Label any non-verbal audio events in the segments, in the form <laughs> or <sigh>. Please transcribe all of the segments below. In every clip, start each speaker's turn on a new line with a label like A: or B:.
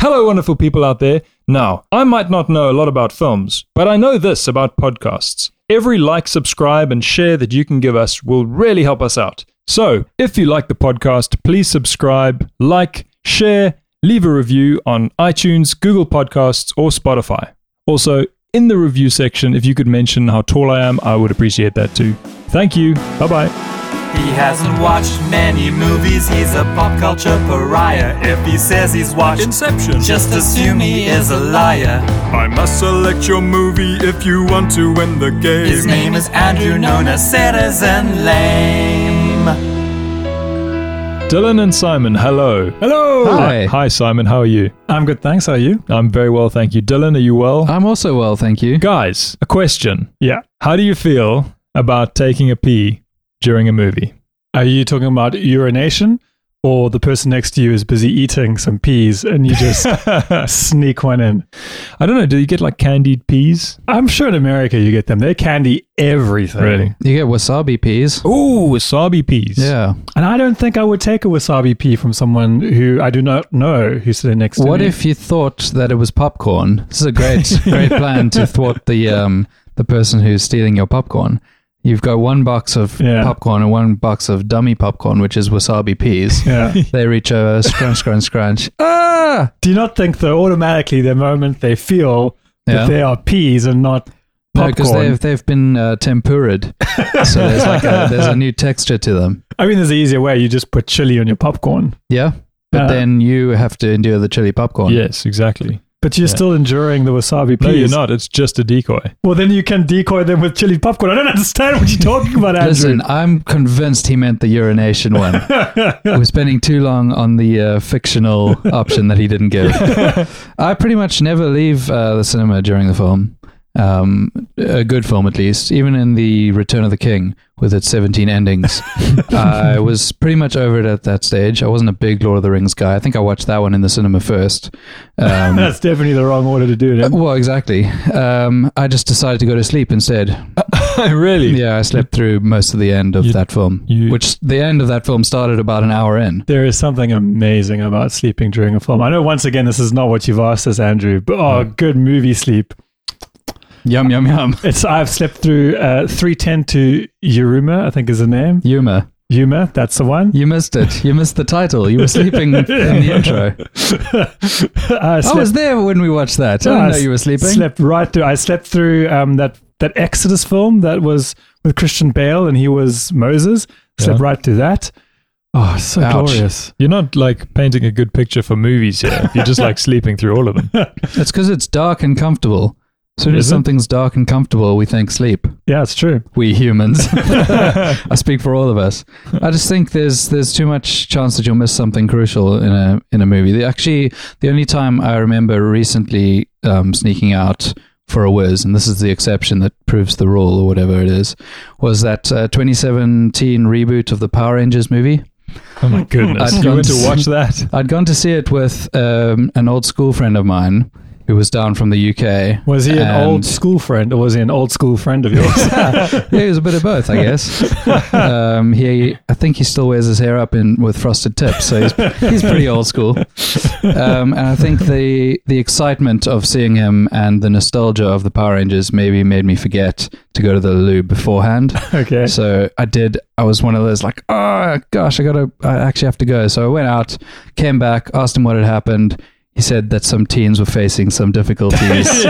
A: Hello, wonderful people out there. Now, I might not know a lot about films, but I know this about podcasts. Every like, subscribe, and share that you can give us will really help us out. So, if you like the podcast, please subscribe, like, share, leave a review on iTunes, Google Podcasts, or Spotify. Also, in the review section, if you could mention how tall I am, I would appreciate that too. Thank you. Bye bye.
B: He hasn't watched many movies, he's a pop culture pariah. If he says he's watched
C: Inception.
B: just assume he is a liar.
C: I must select your movie if you want to win the game.
B: His name is Andrew, known as Citizen Lame.
A: Dylan and Simon, hello.
D: Hello. Hi.
A: Hi, Hi, Simon. How are you?
D: I'm good, thanks. How are you?
A: I'm very well, thank you. Dylan, are you well?
E: I'm also well, thank you.
A: Guys, a question.
D: Yeah.
A: How do you feel about taking a pee during a movie?
D: Are you talking about urination or the person next to you is busy eating some peas and you just
A: <laughs>
D: sneak one in?
A: I don't know. Do you get like candied peas?
D: I'm sure in America you get them. They candy everything.
A: Really?
E: You get wasabi peas.
A: Ooh, wasabi peas.
E: Yeah.
D: And I don't think I would take a wasabi pea from someone who I do not know who's sitting next
E: What
D: to me.
E: if you thought that it was popcorn? This is
D: <laughs>
E: a great, great plan to thwart the um the person who's stealing your popcorn. You've got one box of
D: Yeah.
E: popcorn and one box of dummy popcorn, which is wasabi peas.
D: Yeah. <laughs>
E: They reach over, scrunch, scrunch, scrunch.
D: ah! Do you not think though automatically the moment they feel
E: Yeah.
D: that they are peas and not
E: No, because
D: popcorn?
E: they've they've been uh,
D: <laughs>
E: tempura'd, so there's like a, there's a new texture to them.
D: I mean, there's an easier way. You just put chili on your popcorn,
E: Yeah, but
D: Uh,
E: then you have to endure the chili popcorn.
A: Yes, exactly.
D: but you're still enduring the wasabi peas.
A: No, you're not. It's just a decoy.
D: Well, then you can decoy them with chili popcorn. I don't understand what you're talking
A: <laughs>
D: about, Andrew.
E: Listen, I'm convinced he meant the urination one. We're spending too long on the uh, fictional option that he didn't give. I pretty much never leave uh, the cinema during the film. Um, a good film, at least. Even in the Return of the King, with its 17 endings, I was pretty much over it at that stage. I wasn't a big Lord of the Rings guy. I think I watched that one in the cinema first.
D: <laughs>
E: Um,
D: That's definitely the wrong order to do it. in.
E: well, exactly. Um, I just decided to go to sleep instead.
A: <laughs> really?
E: Yeah, I slept through most of the end of
A: You-
E: that film,
A: you-
E: which the end of that film started about an hour in.
D: There is something amazing about sleeping during a film. I know, once again, this is not what you've asked us, Andrew, but oh,
E: Mm.
D: good movie sleep.
E: Yum yum
A: <laughs>
E: yum.
D: It's I've slept through uh, 310 to Yuruma, I think is the name.
E: Yuma,
D: Yuma, that's the one.
E: you missed it. You missed the title. You were sleeping in
A: <laughs>
E: the intro.
D: I
E: I was there when we watched Oh, that.
A: Ah,
E: I didn't know you were sleeping.
D: uh, Slept right through. I slept through um, that, that Exodus film that was with Christian Bale and he was Moses. Slept
A: Yeah.
D: right through that. Oh, so
E: Ouch.
D: glorious.
A: You're not like painting a good picture for movies here. You're just like sleeping through all of them.
E: It's because it's dark and comfortable. As soon as
A: Is it?
E: something's dark and comfortable, we think sleep.
D: Yeah, it's true.
E: We humans.
D: <laughs>
E: <laughs> I speak for all of us. I just think there's there's too much chance that you'll miss something crucial in a in a movie. The, actually, the only time I remember recently um, sneaking out for a whiz, and this is the exception that proves the rule or whatever it is, was that uh, 2017 reboot of the Power Rangers movie.
A: Oh my goodness.
E: I'd
A: you
E: gone
A: went to
E: to-
A: watch that?
E: I'd gone to see it with um, an old school friend of mine who was down from the UK.
D: Was he an old
E: and-
D: school friend, or was he an old school friend of
E: <laughs>
D: yours? <laughs>
E: yeah, it was a bit of both, I guess. Um, he, I think he still wears his hair up in with frosted tips, so he's, he's pretty old school. Um, and I think the the excitement of seeing him and the nostalgia of the Power Rangers maybe made me forget to go to the loo beforehand.
D: okay.
E: So I did. I was one of those like, oh gosh, I gotta, I actually have to go. So I went out, came back, asked him what had happened. He said that some teens were facing some difficulties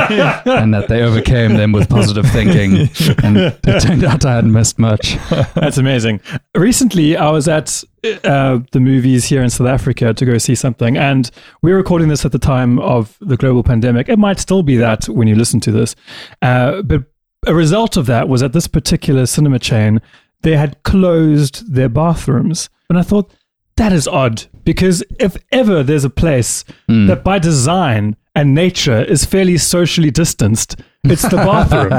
E: and that they overcame them with positive thinking. And it turned out I hadn't missed much.
D: That's amazing. Recently, I was at uh, the movies here in South Africa to go see something, and we're recording this at the time of the global pandemic. It might still be that when you listen to this, uh, but a result of that was that this particular cinema chain they had closed their bathrooms, and I thought that is odd because if ever there's a place that by design and nature is fairly socially distanced. It's the bathroom.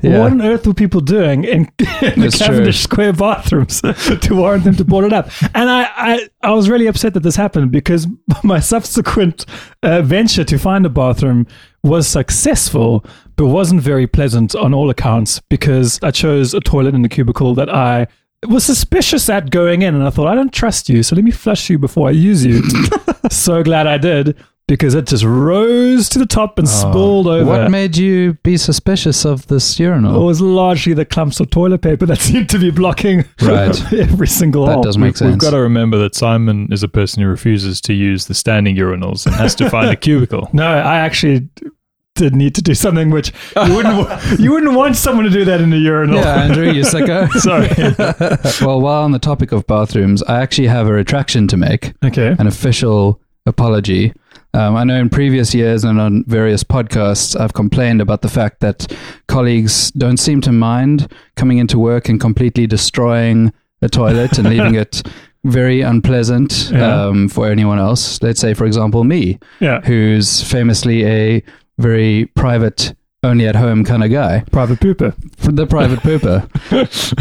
E: Yeah.
D: What on earth were people doing in, in the
E: It's true.
D: Cavendish Square bathrooms <laughs> to warrant them to board it up. And I, I, I was really upset that this happened because <laughs> my subsequent uh, venture to find a bathroom was successful, but wasn't very pleasant on all accounts because I chose a toilet in a cubicle that I was suspicious at
E: <laughs>
D: going in. And I thought, I don't trust you, so let me flush you before I use you. so glad I did. because it just rose to the top and spilled over.
E: Oh, What made you be suspicious of this
D: it
E: urinal?
D: was largely the clumps of toilet paper that <laughs> seemed to be blocking
E: Right.
D: <laughs> every single
E: That
D: hole.
E: does make
A: We've
E: sense.
A: got to remember that Simon is a person who refuses to use the standing urinals and has to find a cubicle.
D: No, I actually did need to do something which you wouldn't
E: <laughs>
D: wa- you wouldn't want someone to do that in a urinal.
E: yeah, Andrew, you sucker.
D: Sorry.
E: <laughs> well, while on the topic of bathrooms, I actually have a retraction to make.
D: <laughs> okay.
E: an official apology. Um, I know in previous years and on various podcasts, I've complained about the fact that colleagues don't seem to mind coming into work and completely destroying a toilet and leaving <laughs> it very unpleasant
D: Yeah.
E: um, for anyone else. Let's say, for example, me,
D: Yeah.
E: who's famously a very private, only at home kind of guy
D: Private pooper.
E: for the private pooper.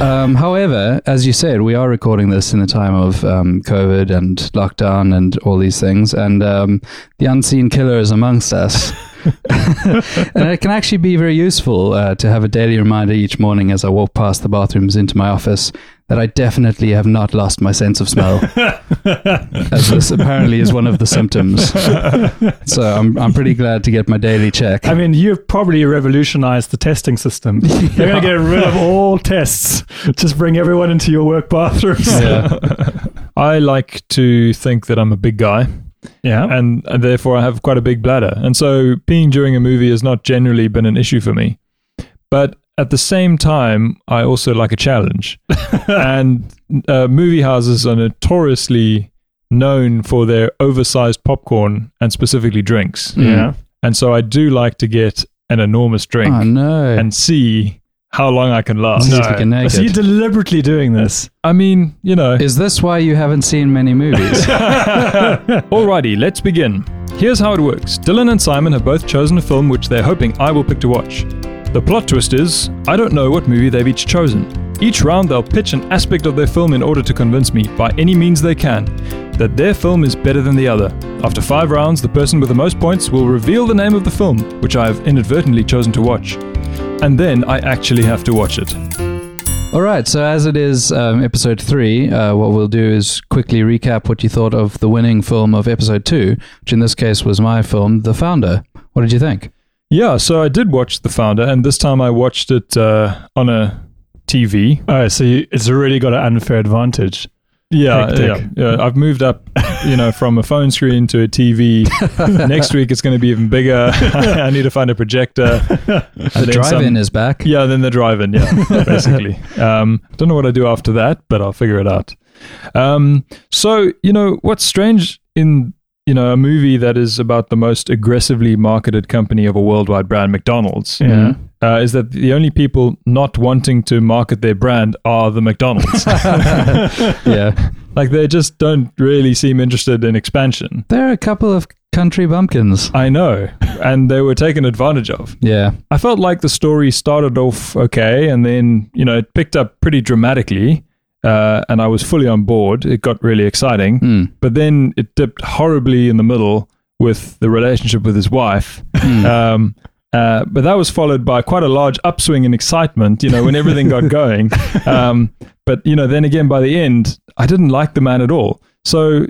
E: um, however, as you said, we are recording this in the time of um, COVID and lockdown and all these things, and um, the unseen killer is amongst us. <laughs> and it can actually be very useful uh, to have a daily reminder each morning as I walk past the bathrooms into my office that I definitely have not lost my sense of smell, as this apparently is one of the symptoms. so I'm, I'm pretty glad to get my daily check.
D: I mean, you've probably revolutionized the testing
E: <laughs>
D: system. You're going to get rid of all tests. Just bring everyone into your work bathrooms.
E: Yeah.
A: <laughs> I like to think that I'm a big guy
D: Yeah.
A: and, and therefore I have quite a big bladder. And so peeing during a movie has not generally been an issue for me. But at the same time, I also like
D: <laughs>
A: a challenge. and uh, movie houses are notoriously known for their oversized popcorn and specifically drinks.
D: Mm. Yeah.
A: And so I do like to get an enormous drink
E: Oh no.
A: and see how long I can last.
E: See if you can
D: So
E: make
D: you're
E: it.
D: deliberately doing this.
A: I mean, you know.
E: Is this why you haven't seen many movies?
A: Alrighty, let's begin. Here's how it works Dylan and Simon have both chosen a film which they're hoping I will pick to watch. The plot twist is I don't know what movie they've each chosen. Each round, they'll pitch an aspect of their film in order to convince me, by any means they can, that their film is better than the other. After five rounds, the person with the most points will reveal the name of the film, which I have inadvertently chosen to watch. And then I actually have to watch it.
E: All right, so as it is um, episode three, uh, what we'll do is quickly recap what you thought of the winning film of episode two, which in this case was my film, The Founder. What did you think?
A: Yeah, so I did watch The Founder, and this time I watched it uh, on a TV.
D: All right. Oh, So you, it's already got an unfair advantage.
A: Yeah,
D: Hectic.
A: yeah, yeah. I've moved up, you know, from a phone screen to
D: <laughs>
A: a TV. Next week it's going to be even bigger. <laughs> I need to find
D: <laughs>
A: a projector.
E: The drive-in
A: some-
E: is back.
A: Yeah, then the drive-in. Yeah, basically. Um, don't know what I do after that, but I'll figure it out. Um, so you know what's strange in you know a movie that is about the most aggressively marketed company of a worldwide brand, McDonald's.
D: Yeah.
A: Uh, is that the only people not wanting to market their brand are the McDonald's?
E: yeah.
A: like they just don't really seem interested in expansion.
E: There are a couple of country bumpkins.
A: I know, and they were taken advantage of.
E: Yeah.
A: I felt like the story started off okay, and then you know it picked up pretty dramatically, uh, and I was fully on board. It got really exciting,
E: Mm.
A: but then it dipped horribly in the middle with the relationship with his wife. Um, uh, but that was followed by quite a large upswing in excitement, you know, when everything got going. Um, but, you know, then again, by the end, I didn't like the man at all. So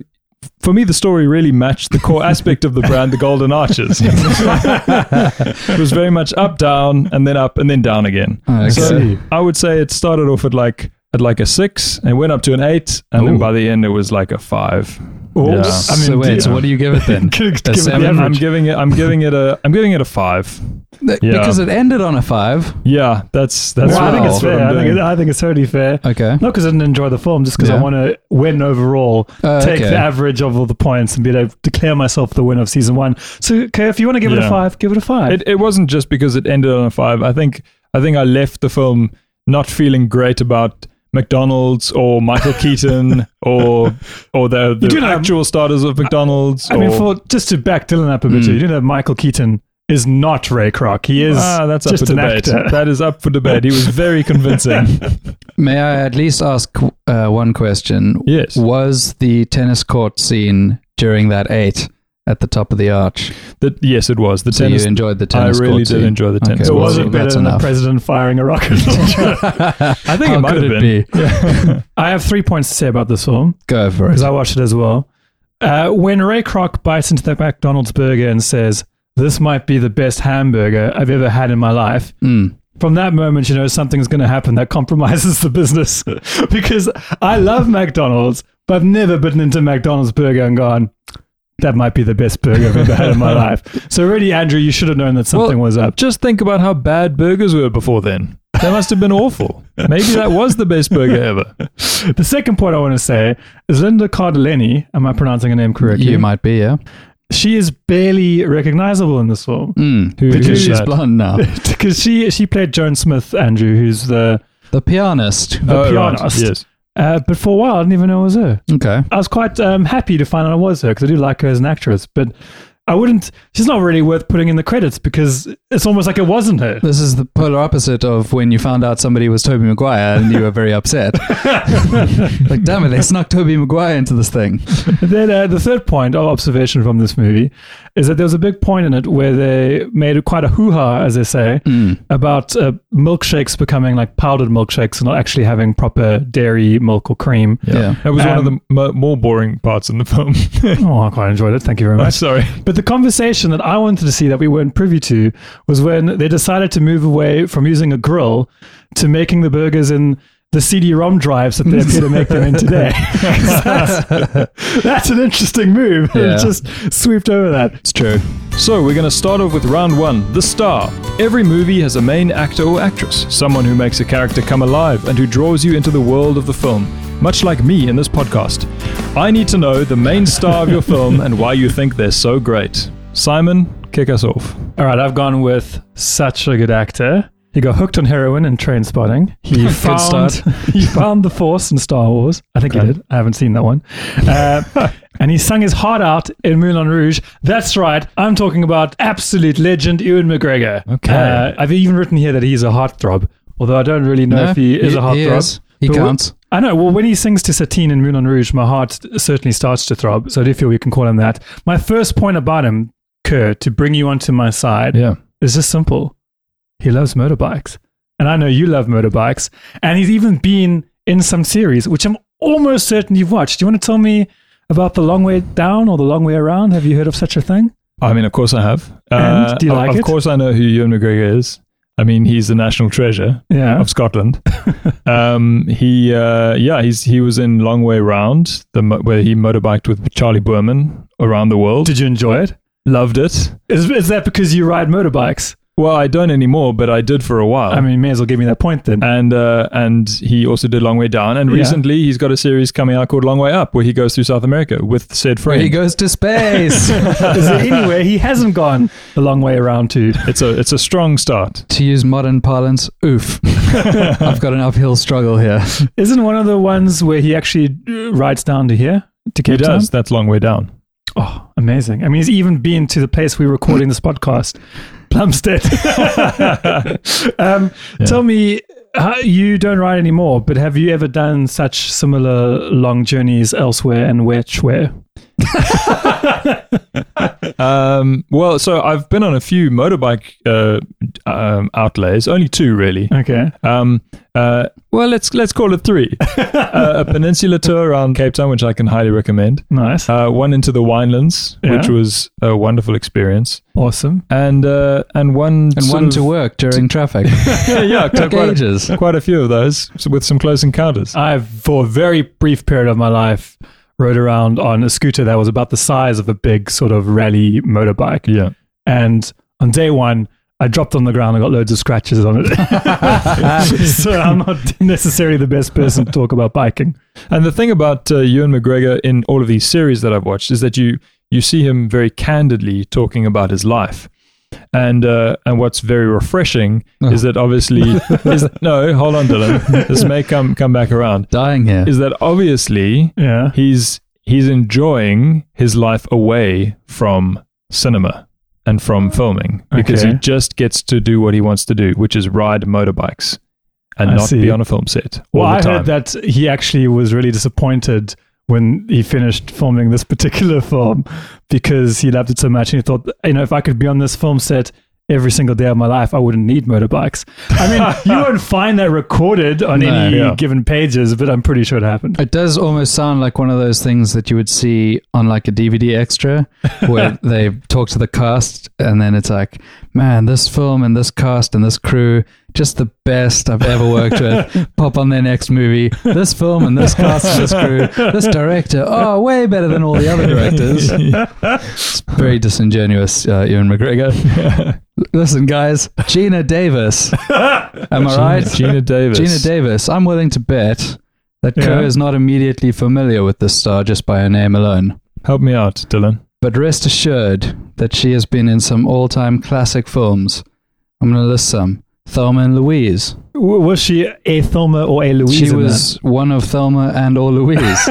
A: for me, the story really matched the core aspect of the brand, the Golden Arches. it was very much up, down, and then up, and then down again.
E: I
A: So
E: see.
A: I would say it started off at like at like a six and went up to an eight, and then
E: Ooh.
A: by the end it was like a five.
D: Oh, I
A: Yeah.
D: mean,
E: so wait,
D: do-
E: so what do you give it
D: <laughs>
E: then?
D: Give it
E: A
D: the
E: seven?
A: I'm giving it. I'm giving it a. I'm giving it a five.
E: Th-
A: Yeah.
E: Because it ended on a five.
A: Yeah, that's that's.
D: Well, I think
E: Wow.
D: it's
A: that's what
D: fair.
A: I'm
D: I think,
A: doing.
D: it- I think it's totally fair.
E: Okay.
D: Not because I didn't enjoy the film, just because I
E: Yeah.
D: want to win overall,
A: Oh,
E: Uh,
D: take
E: okay.
D: the average of all the points, and be able to declare myself the winner of season one. So, okay, if you want to give it a
A: Yeah.
D: five, give it a five.
A: It, it wasn't just because it ended on a five. I think I think I left the film not feeling great about McDonald's or Michael
D: <laughs>
A: Keaton or or the,
D: do
A: the
D: know-
A: actual starters of McDonald's.
D: I mean,
A: or- Hmm.
D: for just to back Dylan up a bit, you know, Michael Keaton is not Ray Kroc. He is
A: ah, that's up
D: just
A: for
D: an
A: debate.
D: actor.
A: That is up for debate. He was
D: <laughs>
A: very convincing.
E: May I at least ask uh, one question?
A: Yes.
E: Was the tennis court scene during that eight at the top of the arch?
A: that yes, it was the
E: So
A: tennis.
E: you enjoyed the tennis
A: I really
E: court
A: did
E: scene.
A: enjoy the
E: Okay,
A: tennis
D: it
A: court
E: well,
D: wasn't
A: scene.
D: better
E: that's
D: than
E: enough.
D: the president firing a rocket.
A: <laughs> I think
E: How
A: it might
E: could
A: have
E: it
A: been.
E: be?
D: I have three points to say about this film
E: Go for
D: because
E: it.
D: I watched it as well. Uh, when Ray Kroc bites into that McDonald's burger and says, This might be the best hamburger I've ever had in my life.
E: Hmm.
D: From that moment, you know, something's going to happen that compromises <laughs> the business. because I love McDonald's, but I've never bitten into McDonald's burger and gone, That might be the best burger I've ever had
E: <laughs>
D: in my life. So, really, Andrew, you should have known that something was up.
A: Just think about how bad burgers were before then. They must have been awful. Maybe that was the best burger
D: <laughs>
A: ever.
D: The second point I want to say is Linda Cardellini. Am I pronouncing her name correctly?
E: You might be, yeah.
D: she is barely recognizable in this film
E: Mm.
A: Who
E: Because
A: is
E: she's
A: that?
E: blonde
A: <laughs>
E: now.
D: because she she played Joan Smith Andrew, who's the
E: The pianist.
D: the
A: Oh, right,
D: pianist.
A: Yes.
D: Uh, but for a while, I didn't even know it was her.
E: Okay.
D: I was quite um, happy to find out it was her because I do like her as an actress, but. I wouldn't. She's not really worth putting in the credits because it's almost like it wasn't her.
E: This is the polar opposite of when you found out somebody was Toby Maguire and you were very
A: <laughs>
E: upset. like, damn it, they snuck Toby Maguire into this thing.
D: then uh, the third point of observation from this movie is that there was a big point in it where they made quite a hoo ha, as they say, about uh, milkshakes becoming like powdered milkshakes and not actually having proper dairy milk or cream.
E: Yeah.
A: That was one of the mo more boring parts in the film. <laughs>
D: Oh, I quite enjoyed it. Thank you very
A: I'm
D: much.
A: sorry.
D: But the conversation that I wanted to see that we weren't privy to was when they decided to move away from using a grill to making the burgers in the CD-ROM drives that they appear to make them in today. <laughs> 'Cause that's, that's an interesting move. <laughs>
E: Yeah.
D: It just swept over that.
E: It's true.
A: So we're going to start off with round one the star. Every movie has a main actor or actress, someone who makes a character come alive and who draws you into the world of the film, much like me in this podcast. I need to know the main star of your film and why you think they're so great. Simon, kick us off.
D: All right, I've gone with such a good actor. He got hooked on heroin and train spotting.
E: <laughs>
D: He found
E: start.
D: <laughs> he found the Force in Star Wars. I think he did. I haven't seen that one.
E: <laughs>
D: Uh, and he sung his heart out in Moulin Rouge. That's right. I'm talking about absolute legend Ewan McGregor.
A: Okay.
D: Uh, I've even written here that he's a heartthrob, although I don't really know
E: No,
D: if he is
E: he-
D: a heartthrob.
E: he is. He
D: But wh-
E: counts.
D: I know. Well, when he sings to Satine in Moulin Rouge, my heart certainly starts to throb. So I do feel we can call him that. My first point about him, Kerr, to bring you onto my side,
E: Yeah.
D: is just simple. He loves motorbikes. And I know you love motorbikes. And he's even been in some series, which I'm almost certain you've watched. Do you want to tell me about The Long Way Down or The Long Way Around? Have you heard of such a thing?
A: I mean, of course I have.
D: And do you
A: of-
D: like
A: of
D: it?
A: course I know who Ewan McGregor is. I mean, he's the national treasure.
D: Yeah. <laughs>
A: of Scotland. um, he, uh, yeah, he's he was in Long Way Round, the mo- where he motorbiked with Charlie Berman around the world.
D: Did you enjoy it?
A: Loved it.
D: Is, is that because you ride motorbikes?
A: Well, I don't anymore, but I did for a while.
D: I mean, you may as well give me that point then.
A: and uh, and he also did Long Way Down, and
D: Yeah.
A: recently he's got a series coming out called Long Way Up, where he goes through South America with said
E: Where
A: friend.
E: he goes to
A: <laughs>
E: space.
D: is there anywhere he hasn't gone the long way around
A: <laughs>
D: to?
A: It's a it's a strong start.
E: to use modern parlance,
A: <laughs>
E: oof. I've got an uphill struggle here.
D: Isn't one of the ones where he actually uh, rides down to here? To
A: He
D: Cape Town?
A: does. That's Long Way Down.
D: Oh, amazing. I mean, he's even been to the place we're recording this podcast, <laughs> Plumstead. <laughs> um, Tell me, how, you don't ride anymore, but have you ever done such similar long journeys elsewhere and which where?
A: Um, well, so I've been on a few motorbike uh, um, outlays, only two really.
D: Okay.
A: Um, uh, well, let's let's call it
E: <laughs>
A: three. uh, a peninsula tour around Cape Town, which I can highly recommend.
D: Nice.
A: Uh, one into the winelands,
D: Yeah.
A: which was a wonderful experience,
D: awesome.
A: and uh, and one
E: And
A: sort
E: one
A: of-
E: to work during traffic.
A: <laughs> yeah, yeah,
E: <laughs> Took
A: quite, a,
E: ages.
A: quite a few of those so with some close encounters.
D: I, for a very brief period of my life, rode around on a scooter that was about the size of a big sort of rally motorbike.
A: Yeah,
D: And on day one, I dropped on the ground and got loads of scratches on it. <laughs> so I'm not necessarily the best person to talk about biking.
A: and the thing about uh, Ewan McGregor in all of these series that I've watched is that you you see him very candidly talking about his life. And uh, and what's very refreshing
D: Oh.
A: is that obviously
D: <laughs>
A: is, no hold on Dylan this may come come back around
E: Dying here.
A: is that obviously
D: Yeah.
A: he's he's enjoying his life away from cinema and from filming because
D: Okay.
A: he just gets to do what he wants to do, which is ride motorbikes and
D: I
A: not
D: see.
A: be on a film set all
D: Well,
A: the
D: I
A: time.
D: heard that he actually was really disappointed when he finished filming <laughs> this particular film because he loved it so much and he thought, you know, if I could be on this film set every single day of my life, I wouldn't need motorbikes. I
A: <laughs>
D: mean, you won't find that recorded on
E: No.
D: any
A: Yeah.
D: given pages, but I'm pretty sure it happened.
E: It does almost sound like one of those things that you would see on like a DVD extra
A: <laughs>
E: where they talk to the cast and then it's like, man, this film and this cast and this crew, just the best I've ever worked
A: <laughs>
E: with. Pop on their next movie. This film and this cast and this crew.
A: <laughs>
E: This director, oh, way better than all the other directors. It's very disingenuous, uh, Ewan McGregor.
A: <laughs>
E: Listen, guys, Gina Davis. Am I right? <laughs>
A: Gina Davis.
E: Gina Davis, I'm willing to bet that Kerr
A: Yeah.
E: is not immediately familiar with this star just by her name alone.
A: Help me out, Dylan.
E: But rest assured that she has been in some all time classic films. I'm going to list some Thelma and Louise.
D: W- was she a Thelma or a Louise?
E: she
D: in
E: was one of Thelma and or
A: <laughs>
E: Louise,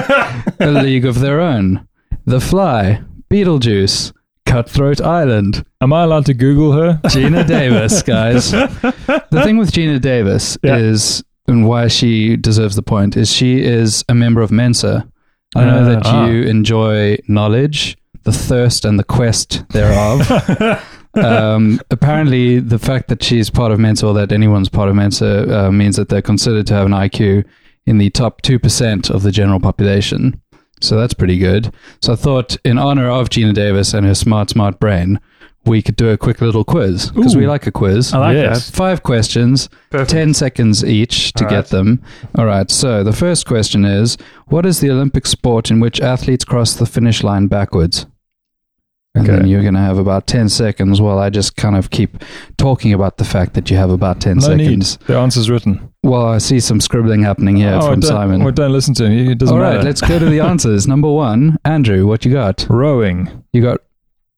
E: A League of Their Own, The Fly, Beetlejuice, Cutthroat Island,
A: Am I allowed to Google
E: <laughs>
A: her? <laughs>
E: Gina Davis, guys. The thing with Gina Davis
D: Yeah.
E: is, and why she deserves the point, is she is a member of Mensa. I know
D: Ah,
E: that
A: ah.
E: you enjoy knowledge, the thirst, and the quest thereof.
A: <laughs>
E: um, apparently, the fact that she's part of Mensa or that anyone's part of Mensa uh, means that they're considered to have an IQ in the top 2% of the general population. So that's pretty good. So I thought, in honor of Gina Davis and her smart, smart brain, we could do a quick little quiz because we like a quiz.
D: that? I like
A: Yes.
E: Five questions, 10 seconds each to get them. All right. So the first question is What is the Olympic sport in which athletes cross the finish line backwards? And
A: Okay.
E: then you're going to have about 10 seconds while I just kind of keep talking about the fact that you have about 10
A: No need.
E: seconds.
A: The answer's written.
E: Well, I see some scribbling happening here
A: oh,
E: from
A: don't,
E: Simon.
A: Well, don't listen to him. It doesn't
E: All right,
A: matter.
E: let's go <laughs> to the answers. Number one, Andrew, what you got?
A: Rowing.
E: You got.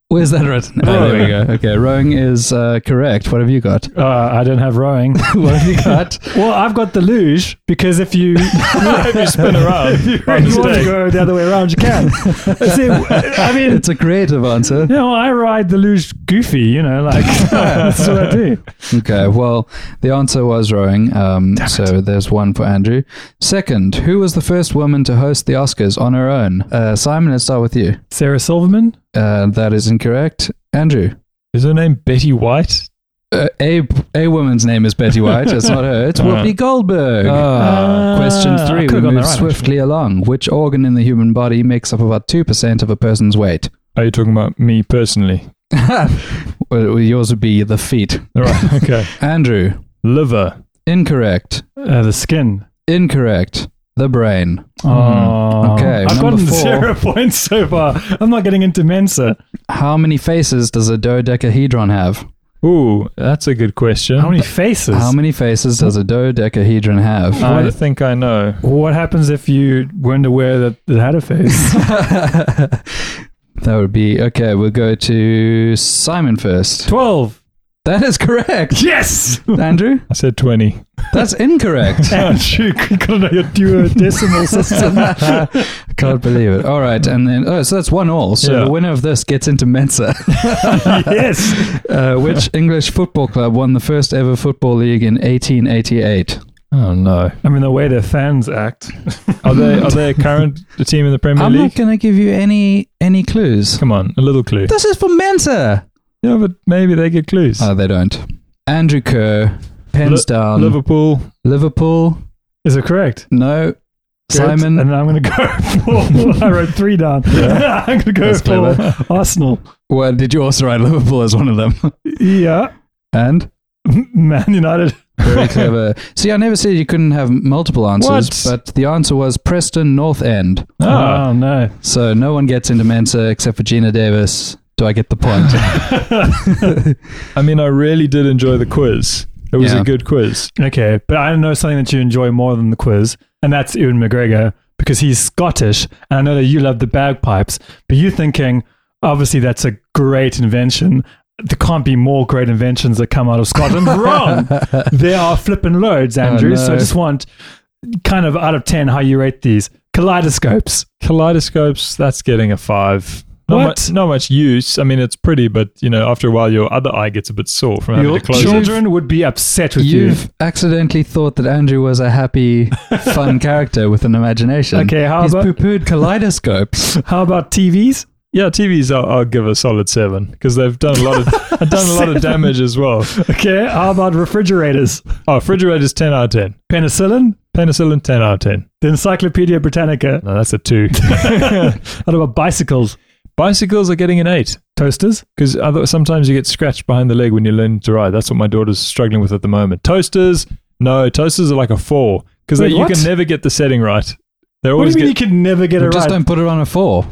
E: Where's that written? Oh, there we go. Okay, rowing is uh, correct. What have you got?
D: that? Uh, I don't have rowing.
E: what have you got?
D: <laughs> well, I've got the luge because if you
A: if you spin
D: <laughs>
A: around by
D: you want to
A: mistake.
D: go the other way around, you can. See, I mean,
E: It's a creative answer. <laughs>
D: you know, I ride the luge goofy, you know, like that's what I do.
E: Okay, well, the answer was rowing. Um, so there's one for Andrew. Second, who was the first woman to host the Oscars on her own? Uh, Simon, let's start with you.
D: Sarah Silverman.
E: Uh, that is incorrect. Andrew.
A: Is her name
D: <laughs>
A: Betty White?
E: Uh, a a woman's name is Betty White. It's not her. It's Whoopi Goldberg.
A: Ah.
E: Question
D: Ah, Uh. I
E: three.
D: could've
E: We
D: gone
E: move
D: that right,
E: swiftly along. Which organ in the human body makes up about two percent of a person's weight? <laughs>
A: Are you talking about me personally?
E: Well, yours would be the feet.
A: All right. Okay.
E: Andrew,
A: Liver.
E: incorrect.
D: Uh, the skin.
E: Incorrect. The brain.
D: Oh,
E: Okay,
D: I've
E: number
D: gotten
E: four.
D: zero <laughs> points so far. I'm not getting into Mensa.
E: How many faces does a dodecahedron have?
A: Ooh, that's a good question.
D: How many faces?
E: How many faces does a dodecahedron have?
A: I think I know.
D: what happens if you weren't aware that it had a <laughs> face?
E: that would be okay. We'll go to Simon first.
D: Twelve.
E: That
D: <laughs>
E: is correct.
D: Yes.
E: Andrew,
A: I said 20.
E: that's incorrect.
D: Andrew, you gotta know your duodecimal system.
A: <laughs>
E: <laughs> Can't believe it. All right, and then oh, so that's one all. So
A: Yeah.
E: the winner of this gets into Mensa.
D: yes.
E: Uh,
A: <laughs>
E: which English football club won the first ever football league in 1888?
A: Oh, no.
D: <laughs> I mean, the way their fans act.
A: Are they are they a current team in the Premier
E: I'm
A: League?
E: not going to give you any any clues.
A: Come on, a little clue.
E: This is for Mensa.
A: Yeah, but maybe Ah, they get clues.
E: Oh, they don't. Andrew Kerr, pens
A: Li-
E: down.
A: Liverpool.
E: Liverpool,
D: Is it correct?
E: no. Simon,
D: And I'm gonna go <laughs> for. I wrote three down. <laughs> I'm gonna go
E: That's
D: for
E: clever.
D: Arsenal.
E: well, did you also write Liverpool as one of them? <laughs>
D: Yeah.
E: and
D: Man United.
A: <laughs>
E: very clever. See, I never said you couldn't have multiple answers,
A: What?
E: but the answer was Preston North End.
A: Ah,
D: Oh no.
E: So no one gets into Mensa except for Gina Davis. Do I get the
A: <laughs>
E: point?
A: I mean, I really did enjoy the quiz. It was
E: Yeah.
A: a good quiz.
D: Okay, but I know something that you enjoy more than the quiz, and that's Ewan McGregor because he's Scottish, and I know that you love the bagpipes. But you're thinking, obviously, that's a great invention. There can't be more great inventions that come out of Scotland. Wrong. There are flipping loads, Andrew. So I
E: no.
D: just want kind of out of ten how you rate these kaleidoscopes.
A: Kaleidoscopes, that's getting a five. Not
D: What?
A: Much, not much use. I mean, it's pretty, but you know, after a while, your other eye gets a bit sore from having
D: Your
A: to close it.
D: children would be upset with you.
E: You've accidentally thought that Andrew was a happy,
A: <laughs>
E: fun character with an imagination.
D: Okay, how
E: He's
D: about-
A: <laughs>
E: poo-pooed kaleidoscopes.
D: How about TVs?
A: Yeah, TVs, I'll, I'll give a solid seven because they've done a lot
D: <laughs>
A: of I've done a lot of damage as well.
D: Okay, how about refrigerators?
A: Oh, refrigerators, ten out of ten.
D: Penicillin?
A: Penicillin, ten out of ten.
D: The Encyclopedia Britannica.
A: No, that's
D: <laughs>
A: a two.
D: What about bicycles?
A: Bicycles are getting an eight
D: Toasters?
A: because sometimes you get scratched behind the leg when you learn to ride. That's what my daughter's struggling with at the moment. Toasters, no, toasters are like a four because
D: Wait,
A: you
D: what?
A: can never get the setting right. They're
D: What do
A: always
D: you mean
A: get,
D: you can never get it
E: Just
D: right?
E: don't put it on a four.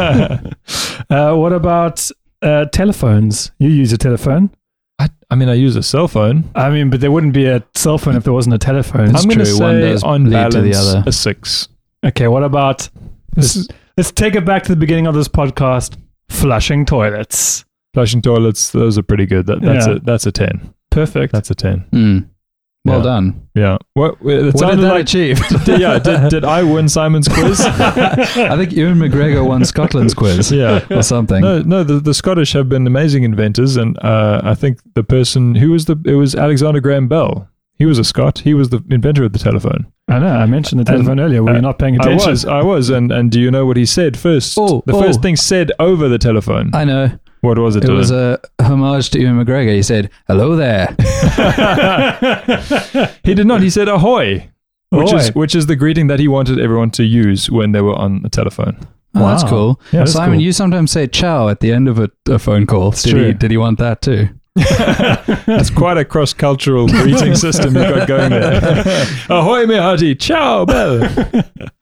D: Uh, what about uh, telephones? You use a telephone.
A: I, I mean, I use a cell phone.
D: I mean, but there wouldn't be a cell phone if there wasn't a telephone.
E: That's
A: I'm going to
E: true. One
A: say
E: does
A: on
E: lead
A: balance
E: to the other.
A: a six.
D: Okay, what about let's, let's take it back to the beginning of this podcast. Flushing toilets.
A: Flushing toilets, those are pretty good. That, that's
D: Yeah.
A: a that's a ten.
D: Perfect.
A: That's a ten.
E: Mm. Well
A: Yeah.
E: done.
A: Yeah. What, what, it
E: What did
A: sounded
E: that
A: like, <laughs>
E: achieve?
A: yeah.
E: <laughs>
A: Did, did I win Simon's quiz?
E: I think Ewan McGregor won
A: <laughs>
E: Scotland's <laughs> quiz <laughs>
A: yeah.
E: or something.
A: No, no. The, the Scottish have been amazing inventors, and uh, I think the person who was the it was Alexander Graham Bell. He was a Scot. He was the inventor of the telephone. Uh,
D: I know. I mentioned the telephone earlier. Were you not paying attention?
A: I was. I was. And and do you know what he said first?
E: Oh,
A: the
E: oh.
A: first thing said over the telephone.
E: I know.
A: what was it?
E: It was
A: Dylan?
E: a homage to Ewan McGregor. He said, "Hello
A: <laughs>
E: there."
A: he did not. He said ahoy. Which is
D: Ahoy.
A: which is the greeting that he wanted everyone to use when they were on the telephone.
E: Oh, That's
D: Wow.
E: cool.
A: Yeah, that's
E: Simon,
A: cool.
E: you sometimes say "ciao" at the end of a, a phone call. Did
A: true.
E: he? Did he want that too?
A: That's quite a cross <laughs> cultural greeting system you've got going there. <laughs> ahoy, me hearty. Ciao, Bell.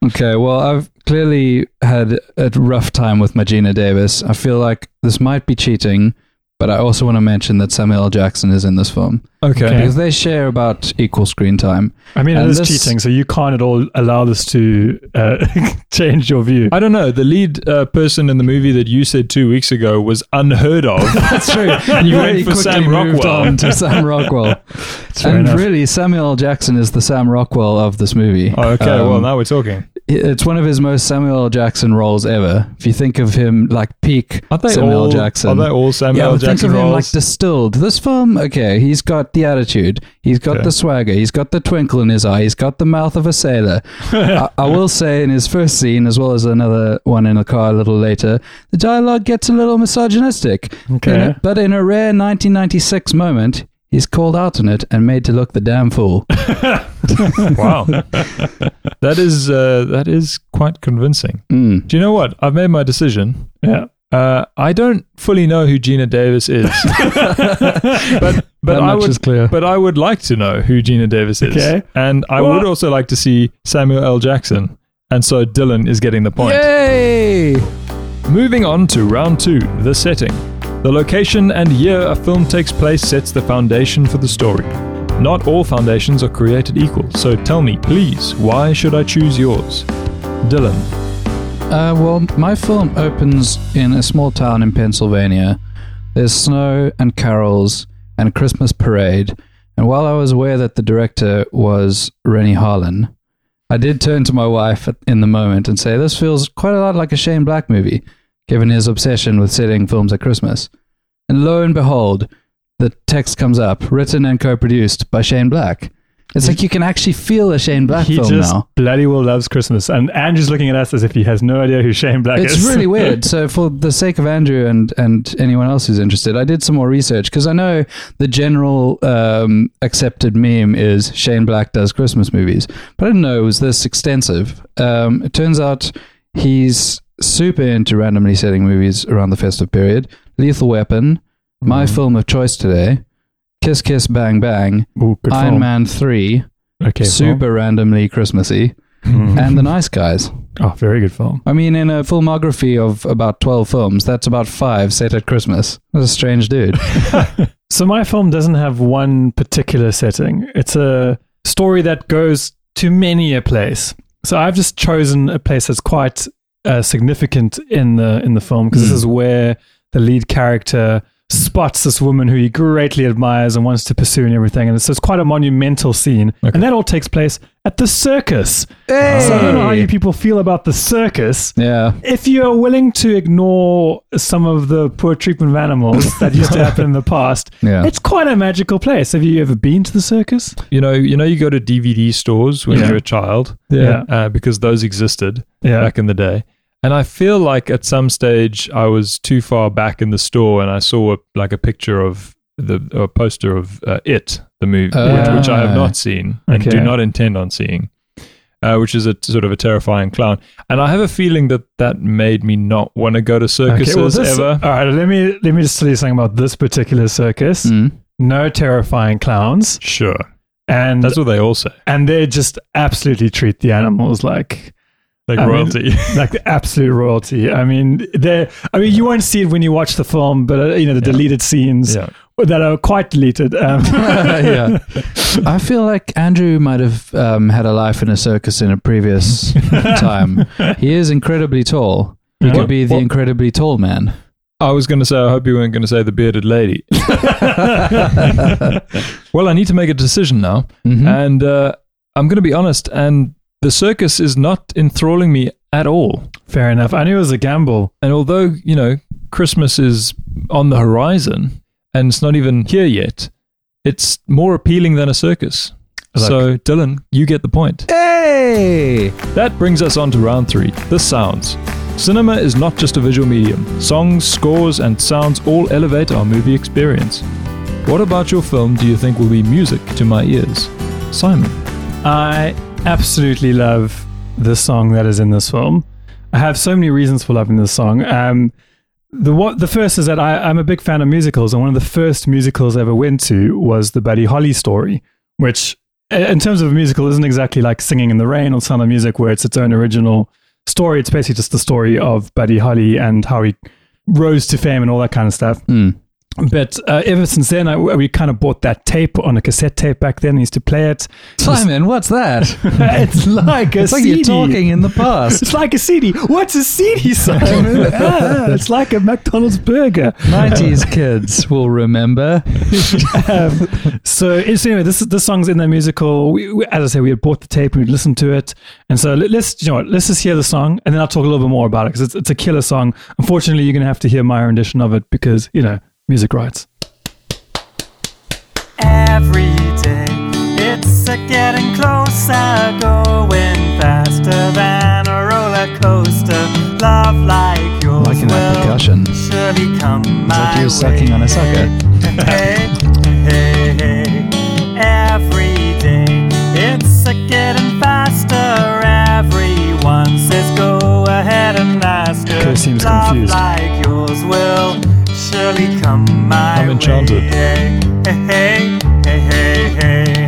E: Okay, well, I've clearly had a rough time with Magina Davis. I feel like this might be cheating, but I also want to mention that Samuel L. Jackson is in this film
A: Okay.
E: because they share about equal screen time.
D: I mean, it
E: And
D: is
E: this-
D: cheating, so you can't at all allow this to uh, <laughs> change your view.
A: I don't know. The lead uh, person in the movie that you said two weeks ago was unheard <laughs> of.
E: That's <laughs> true. And you
A: went for Sam
E: moved
A: Rockwell.
E: on
A: <laughs>
E: to Sam Rockwell,
D: fair
E: and
D: enough.
E: really, Samuel L. Jackson is the Sam Rockwell of this movie.
A: Oh, okay,
E: Um,
A: well now we're talking.
E: it's one of his most Samuel L. Jackson roles ever. If you think of him like peak Samuel L.
A: all
E: Jackson,
A: Are they all Samuel
E: yeah,
A: L.
E: but think
A: Jackson
E: of him
A: roles?
E: like distilled. This film, okay, he's got the attitude, he's got
A: Okay.
E: the swagger, he's got the twinkle in his eye, he's got the mouth of a sailor. I, I will say, in his first scene, as well as another one in the car a little later, the dialogue gets a little misogynistic.
D: Okay.
E: In a- but in a rare 1996 moment, he's called out on it and made to look the damn fool.
A: wow, <laughs> that is uh, that is quite convincing.
E: Mm.
A: Do you know what? I've made my decision.
D: yeah.
A: Uh, I don't fully know who Gina
D: <laughs>
A: Davis is, but but
E: That
A: I
E: much
A: would
E: is clear.
A: but I would like to know who Gina Davis is,
D: Okay.
A: and I
D: Well-
A: would also like to see Samuel L. Jackson. And so Dylan is getting the point.
E: Yay!
A: Moving on to round two the setting. The location and year a film takes place sets the foundation for the story. Not all foundations are created equal, so tell me, please, why should I choose yours? Dylan.
E: Uh, well, my film opens in a small town in Pennsylvania. There's snow and carols and a Christmas parade. And while I was aware that the director was Rennie Harlan, I did turn to my wife at- in the moment and say, This feels quite a lot like a Shane Black movie, given his obsession with setting films at Christmas. And lo and behold, the text comes up, written and co produced by Shane Black. It's like you can actually feel a Shane Black
D: he
E: film
D: just
E: now.
D: bloody well loves Christmas, and Andrew's looking at us as if he has no idea who Shane Black
E: it's
D: is. <laughs>
E: really weird. So for the sake of Andrew and and anyone else who's interested, I did some more research because I know the general um, accepted meme is Shane Black does Christmas movies, but I didn't know it was this extensive. Um, it turns out he's super into randomly setting movies around the festive period. Lethal Weapon,
D: Mm-hmm.
E: my film of choice today, Kiss Kiss Bang Bang,
D: Ooh, good
E: Iron
D: film.
E: Man Three,
D: Okay,
E: super randomly Christmassy,
D: Mm-hmm.
E: and The Nice Guys.
D: film. Oh, very good film.
E: I mean, in a filmography of about 12 films, that's about five set at Christmas. What a strange
D: <laughs>
E: dude.
D: So my film doesn't have one particular setting. It's a story that goes to many a place. So I've just chosen a place that's quite uh, significant in the in the film because this is where the lead character spots this woman who he greatly admires and wants to pursue and everything. And so it's quite a monumental scene. And that all takes place at the circus. So I don't know how you people feel about the circus
E: Yeah.
D: if you are willing to ignore some of the poor treatment of animals that used to happen in
E: <laughs>
D: the past,
E: Yeah.
D: it's quite a magical place. Have you ever been to the circus?
A: You know, you know, you go to DVD stores when
D: Yeah.
A: you're a child,
D: Yeah.
A: uh, because those existed
D: Yeah.
A: back in the day. And I feel like at some stage I was too far back in the store and I saw a, like a picture of the or a poster of uh, it, the movie, which, which I have
E: Ah.
A: not seen and do
D: Okay.
A: not intend on seeing, uh, which is a t- sort of a terrifying clown. And I have a feeling that that made me not want to go to circuses
D: this,
A: ever.
D: All right, let me let me just tell you something about this particular circus.
E: Mm. <laughs>
D: No terrifying clowns,
A: Sure,
D: and
A: that's what they all say,
D: and they just absolutely treat the animals like
A: like
D: I mean-
A: royalty.
D: like the absolute royalty. I mean, they. I mean, you won't see it when you watch the film, but uh, you know the deleted scenes
A: yeah,
D: that are quite deleted. Um, <laughs>
E: yeah. I feel like Andrew might have um, had a life in a circus in a
D: <laughs>
E: previous time. He is incredibly tall. He
D: Yeah.
E: could be the
A: Well-
E: incredibly tall man.
A: I was going to say. I hope you weren't going to say the bearded <laughs> lady. well, I need to make a decision now.
E: Mhm.
A: and uh, I'm going to be honest. And the circus is not enthralling me at all.
D: Fair enough. I knew it was a gamble.
A: And although you know Christmas is on the horizon and it's not even here yet, it's more appealing than a circus. So Dylan, you get the point.
E: hey!
A: That brings us on to round three the sounds. Cinema is not just a visual medium, songs, scores, and sounds all elevate our movie experience. What about your film do you think will be music to my ears? Simon.
D: I absolutely love the song that is in this film. I have so many reasons for loving this song. Um, the what the first is that I, I'm a big fan of musicals, and one of the first musicals I ever went to was the Buddy Holly story, which, i- in terms of a musical, isn't exactly like Singing in the Rain or Sound of Music, where it's its own original story. It's basically just the story of Buddy Holly and how he rose to fame and all that kind of stuff.
E: Mm.
D: But uh, ever since then, I, we kind of bought that tape on a cassette tape back then. I used to play it.
E: Simon, what's
D: <laughs>
E: that?
D: it's like a
E: it's like
D: CD.
E: you're talking in the
D: <laughs>
E: past.
D: It's like a CD. What's a <laughs> CD,
E: <laughs>
D: Simon? Ah, it's like a McDonald's burger.
E: 90s kids will remember.
D: Um, so, it's- anyway, this this song's in the musical. We, we, as I say, we had bought the tape, we would listened to it, and so let, us you know what, let's just hear the song, and then I'll talk a little bit more about it because it's it's a killer song. Unfortunately, you're gonna have to hear my rendition of it because you know music rights.
B: Every day it's a getting closer, going faster than a roller coaster. Love like yours
E: Liking that
B: will
E: percussion.
B: surely come my
E: like you sucking
B: way.
E: on a sucker.
B: hey, hey, hey. Every day it's a getting faster. Everyone says go ahead and ask. her.
D: Kay seems
B: Love
D: confused.
B: like yours will surely come my
A: I'm enchanted.
B: way. Hey, hey, hey, hey.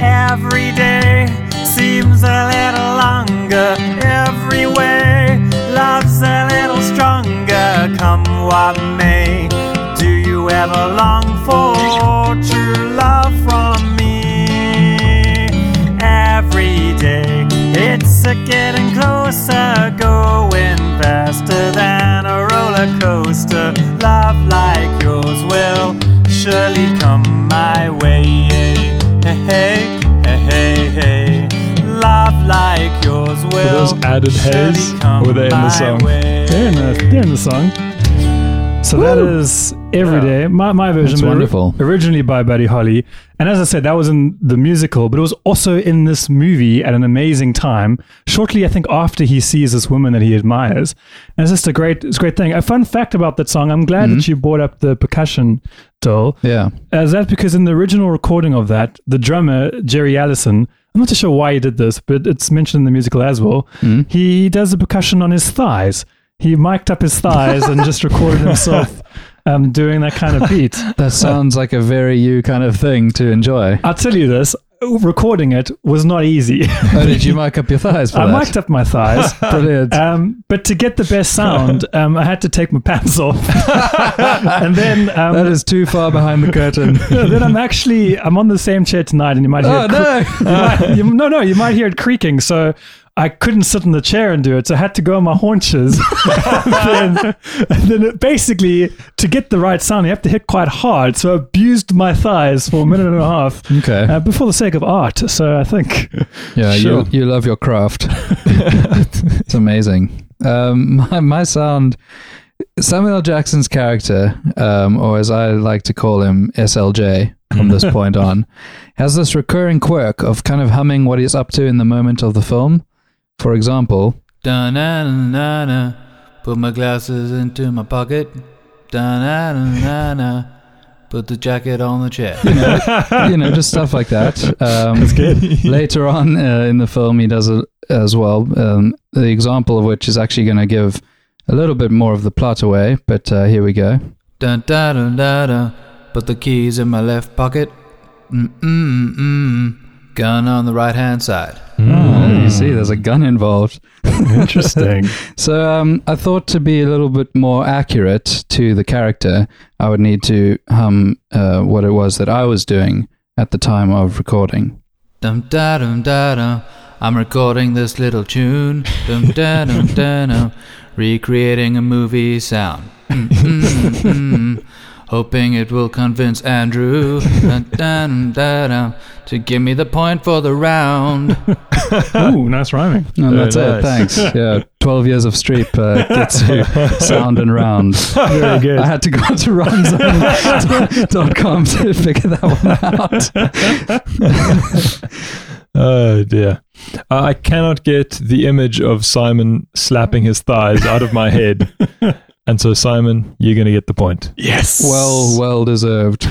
B: Every day seems a little longer. Every way love's a little stronger. Come what may, do you ever long for true love from me? Every day it's a getting closer, going faster than a roller coaster. Love like yours will surely come my way. Hey, hey, hey, hey, hey. Love like yours will
A: those added
B: surely
A: hays,
B: come
A: were they in the
B: my
A: song?
B: way.
D: They're in the, they're in uh, the song. So that is every day. My, my version,
E: That's
D: but ori-
E: wonderful.
D: Originally by Buddy Holly, and as I said, that was in the musical, but it was also in this movie at an amazing time. Shortly, I think after he sees this woman that he admires, and it's just a great, it's a great thing. A fun fact about that song: I'm glad
E: Mm-hmm.
D: that you brought up the percussion, doll.
E: Yeah.
D: Uh, that's because in the original recording of that, the drummer Jerry Allison, I'm not too sure why he did this, but it's mentioned in the musical as well.
E: Mm.
D: He does the percussion on his thighs. He mic'd up his thighs and just recorded
E: <laughs>
D: himself um, doing that kind of beat.
E: That sounds like a very you kind of thing to
D: <laughs>
E: enjoy.
D: I'll tell you this: recording it was not easy. <laughs>
E: Oh, did you mic up your thighs for
D: I
E: that?
D: mic'd up my
E: <laughs>
D: thighs.
E: Brilliant.
D: Um, but to get the best sound, um, I had to take my pants
E: <laughs>
D: off, and then um,
E: that is too far behind the curtain.
D: then I'm actually I'm on the same chair tonight, and you might hear
E: <laughs> oh,
D: it cr-
E: no.
D: you might, you, no, no, you might hear it creaking. So I couldn't sit in the chair and do it. So I had to go on my <laughs> haunches. and then, and then it basically, to get the right sound, you have to hit quite hard. So I abused my thighs for a minute and a <laughs> half.
E: Okay.
D: Uh, but for the sake of art, so I think.
E: Yeah,
D: Sure.
E: you, you love your craft. <laughs> it's amazing. Um, my, my sound, Samuel L. Jackson's character, um, or as I like to call him, SLJ, from <laughs> this point on, has this recurring quirk of kind of humming what he's up to in the moment of the film. For example, Da na na na. Put my glasses into my pocket. Da na na na. Put the jacket on the chair. You know, you know just stuff like that. Um, That's good. later on uh, in the film, he does it as well. Um, the example of which is actually going to give a little bit more of the plot away, but uh, here we go. Dun, da, dun, da, da. Put the keys in my left pocket. Mm, mm, mm. Gun on the right hand side. You see, there's a gun involved.
D: <laughs> Interesting.
E: So um, I thought to be a little bit more accurate to the character, I would need to hum uh, what it was that I was doing at the time of recording. Dum da dum da dum. I'm recording this little tune. Dum da dum da dum. Recreating a movie sound. Mm, mm, mm. Hoping it will convince Andrew dun, dun, da, dum, to give me the point for the round.
D: Ooh, nice rhyming.
E: And
A: Very
E: that's it.
A: nice.
E: Thanks. Yeah, twelve years of streep uh, gets you sound and round.
A: <laughs>
D: Very good.
E: I had to go to <laughs> rhymes.com to figure that one out.
A: Oh dear. Uh, I cannot get the image of Simon slapping his thighs out of my
D: <laughs>
A: head. And so, Simon, you're going to get the point.
D: yes.
E: <laughs> Well, well deserved.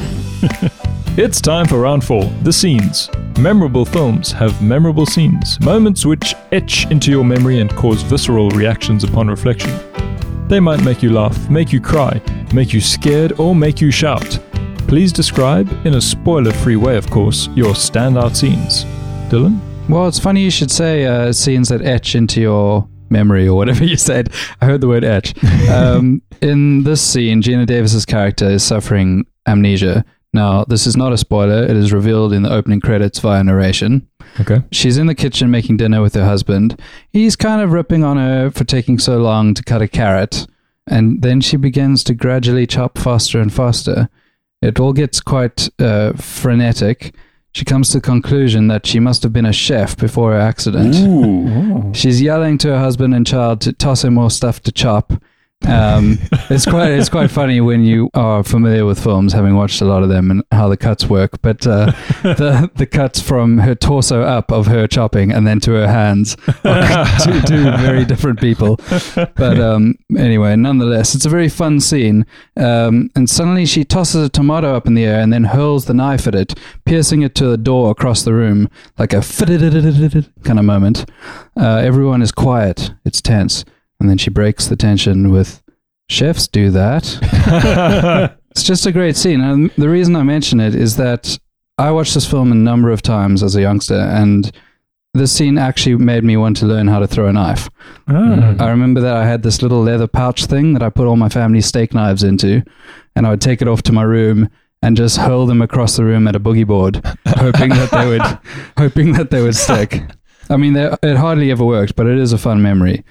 A: It's time for round four the scenes. Memorable films have memorable scenes, moments which etch into your memory and cause visceral reactions upon reflection. They might make you laugh, make you cry, make you scared, or make you shout. Please describe, in a spoiler free way, of course, your standout scenes. Dylan?
E: Well, it's funny you should say uh, scenes that etch into your memory or whatever you said. I heard the word etch. <laughs> Um, in this scene, Gina Davis's character is suffering amnesia. Now, this is not a spoiler. It is revealed in the opening credits via narration.
A: <laughs> Okay.
E: She's in the kitchen making dinner with her husband. He's kind of ripping on her for taking so long to cut a carrot, and then she begins to gradually chop faster and faster. It all gets quite uh, frenetic. She comes to the conclusion that she must have been a chef before her accident. She's yelling to her husband and child to toss her more stuff to chop. Um, it's quite it's quite funny when you are familiar with films, having watched a lot of them and how the cuts work. But uh, the the cuts from her torso up of her chopping and then to her hands, <laughs> two, two very different people. But um, anyway, nonetheless, it's a very fun scene. Um, and suddenly she tosses a tomato up in the air and then hurls the knife at it, piercing it to the door across the room, like a <laughs> kind of moment. Uh, everyone is quiet. It's tense. And then she breaks the tension with chefs do that. it's just a great scene. And the reason I mention it is that I watched this film a number of times as a youngster, and this scene actually made me want to learn how to throw a knife.
D: Uh,
E: I remember that I had this little leather pouch thing that I put all my family's steak knives into, and I would take it off to my room and just hurl them across the room at a boogie board, <laughs> hoping that they would, <laughs> hoping that they would stick. I mean, they- it hardly ever worked, but it is a fun memory.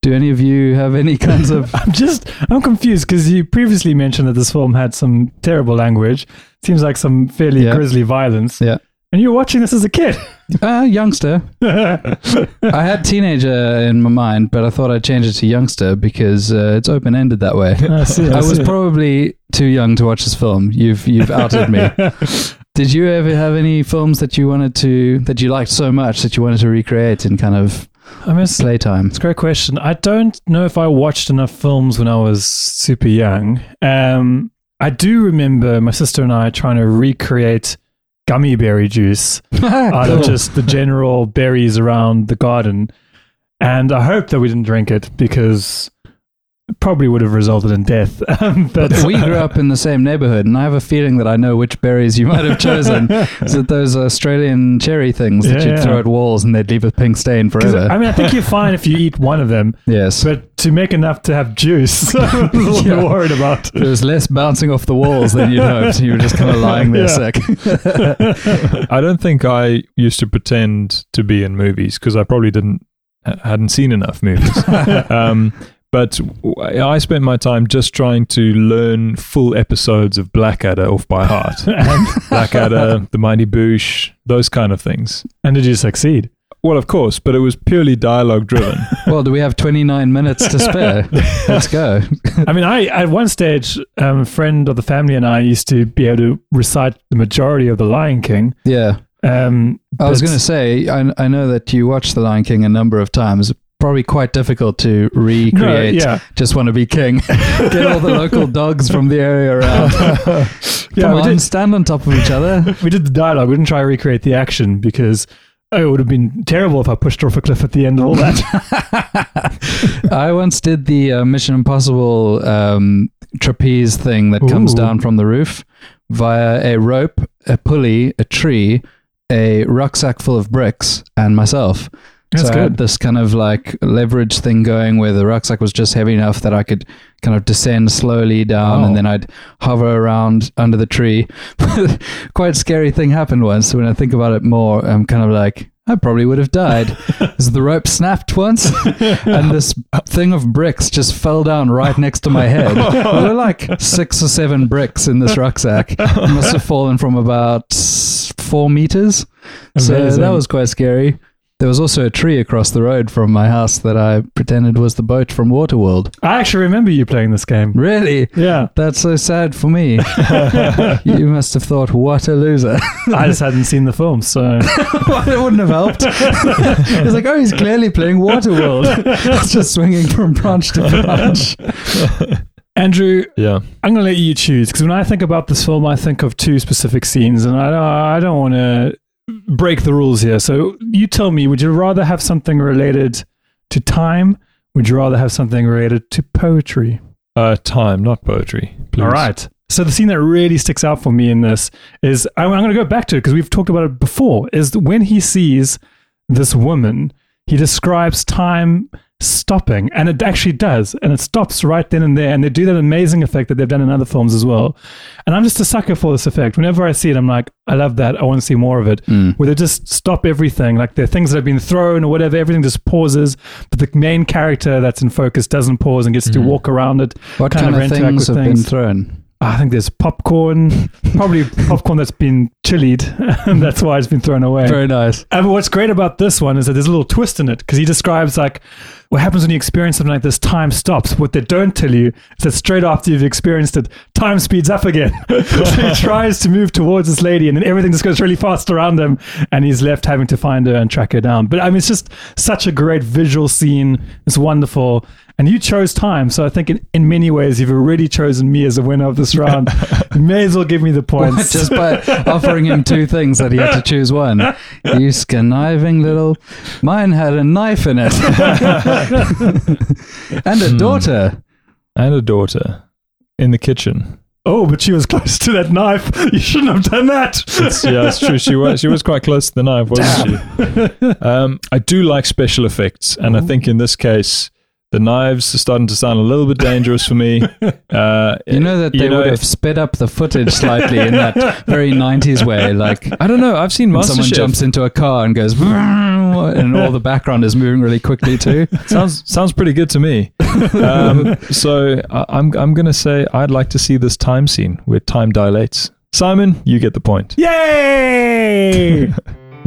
E: Do any of you have any
D: <laughs>
E: kinds of?
D: I'm just I'm confused because you previously mentioned that this film had some terrible language. Seems like some fairly
E: Yeah.
D: grisly violence.
E: Yeah.
D: And you were watching this as a kid. <laughs>
E: Uh, youngster. I had teenager in my mind, but I thought I'd change it to youngster because uh, it's open ended that way.
D: <laughs> I see.
E: I was probably too young to watch this film. You've you've
D: <laughs>
E: outed me. Did you ever have any films that you wanted to that you liked so much that you wanted to recreate in kind of
D: I mean, it's, it's <laughs>
E: playtime?
D: a great question. I don't know if I watched enough films when I was super young. Um, I do remember my sister and I trying to recreate gummy berry <laughs> juice out of just the general berries around the garden. And I hope that we didn't drink it because it probably would have resulted in death. <laughs> Um, but
E: we grew up in the same neighborhood, and I have a feeling that I know which berries you might have
D: <laughs>
E: chosen. Is it those Australian cherry things that
D: Yeah,
E: you'd
D: yeah.
E: throw at walls and they'd leave a pink stain
D: 'cause,
E: forever?
D: I mean, I think you're fine if you eat one of them,
E: yes.
D: but to make enough to have juice, <laughs> I was a little
E: Yeah.
D: bit worried about.
E: There was less bouncing off the walls than you'd hoped. You were just kind of lying there
D: Yeah.
E: sick.
A: I don't think I used to pretend to be in movies because I probably didn't ha- hadn't seen enough movies.
D: <laughs>
A: um, but w- I spent my time just trying to learn full episodes of Blackadder off by heart.
D: <laughs>
A: Blackadder, The Mighty Boosh, those kind of things.
D: And did you succeed?
A: Well, of course, but it was purely
D: <laughs>
A: dialogue driven.
E: <laughs> Well, do we have 29 minutes to spare? Let's go.
D: I mean, I at one stage, um, a friend of the family and I used to be able to recite the majority of The Lion King.
E: Yeah.
D: Um,
E: I was
D: but-
E: going to say, I, I know that you watched The Lion King a number of times, probably quite difficult to recreate.
D: yeah.
E: Just want to be
D: <laughs>
E: king. Get all the local dogs from the area around.
D: Yeah,
E: Come
D: we
E: on,
D: did-
E: stand on top of each other.
D: <laughs> we did the dialogue. We didn't try to recreate the action because oh, it would have been terrible if I pushed her off a cliff at the end of all
E: <laughs>
D: that.
E: I once did the uh, Mission Impossible um, trapeze thing that comes
D: Ooh.
E: down from the roof via a rope, a pulley, a tree, a rucksack full of bricks, and myself.
D: That's
E: so I had
D: good.
E: this kind of like leverage thing going where the rucksack was just heavy enough that I could kind of descend slowly down and then I'd hover around under the tree. <laughs> Quite scary thing happened once. So when I think about it more, I'm kind of like, I probably would have died. 'Cause the rope snapped once and this thing of bricks just fell down right next to my head. There were like six or seven bricks in this rucksack. It must have fallen from about four meters. So
D: Amazing.
E: that was quite scary. There was also a tree across the road from my house that I pretended was the boat from Waterworld.
D: I actually remember you playing this game.
E: Really?
D: Yeah,
E: That's so sad for me. you must have thought, what a loser. <laughs>
D: I just hadn't seen the film, so
E: Well, it wouldn't have helped. <laughs> it's like, oh, he's clearly playing Waterworld. <laughs> it's just swinging from branch to branch.
D: Andrew,
A: Yeah.
D: I'm going to let you choose because when I think about this film, I think of two specific scenes, and I don't, I don't want to break the rules here. So you tell me: Would you rather have something related to time? Would you rather have something related to poetry?
A: Uh, time, not poetry. Please.
D: All right. So the scene that really sticks out for me in this is I'm, I'm going to go back to it because we've talked about it before. Is when he sees this woman, he describes time stopping, and it actually does, and it stops right then and there. And they do that amazing effect that they've done in other films as well. And I'm just a sucker for this effect. Whenever I see it, I'm like, I love that. I want to see more of it.
E: Hmm.
D: Where they just stop everything, like the things that have been thrown or whatever, everything just pauses, but the main character that's in focus doesn't pause and gets to walk around it.
E: Hmm. What
D: kind
E: kind,
D: of
E: of
D: interact
E: things
D: with
E: have been
D: things.
E: thrown?
D: I think there's popcorn, <laughs> probably popcorn that's been chillied, <laughs> and that's why it's been thrown away.
E: nice.
D: And what's great about this one is that there's a little twist in it because he describes like what happens when you experience something like this. Time stops. What they don't tell you is that straight after you've experienced it, time speeds up again. <laughs> so he tries to move towards this lady, and then everything just goes really fast around him, and he's left having to find her and track her down. But I mean, it's just such a great visual scene. It's wonderful. And you chose time, so I think in, in many ways you've already chosen me as the winner of this round. you may as well give me the points.
E: <laughs> Just by offering him two things that he had to choose one. You conniving little. Mine had a knife in it <laughs> and a daughter.
A: And a daughter in the kitchen.
D: Oh, but she was close to that knife. <laughs> You shouldn't have done that.
A: It's, <laughs> yeah, it's true. She was she was quite close to the knife, wasn't she? Um, I do like special effects, and I think in this case, the knives are starting to sound a little bit dangerous for me. Uh,
E: You know that they
A: you know,
E: would have sped up the footage slightly in that very 90s way. Like
A: I don't know. I've
E: <laughs>
A: seen
E: when someone
A: MasterChef.
E: jumps into a car and goes, and all the background is moving really quickly too.
A: sounds sounds pretty good
E: <laughs>
A: to me. Um, so I, I'm I'm gonna say I'd like to see this time scene where time dilates. Simon, you get the point.
D: Yay!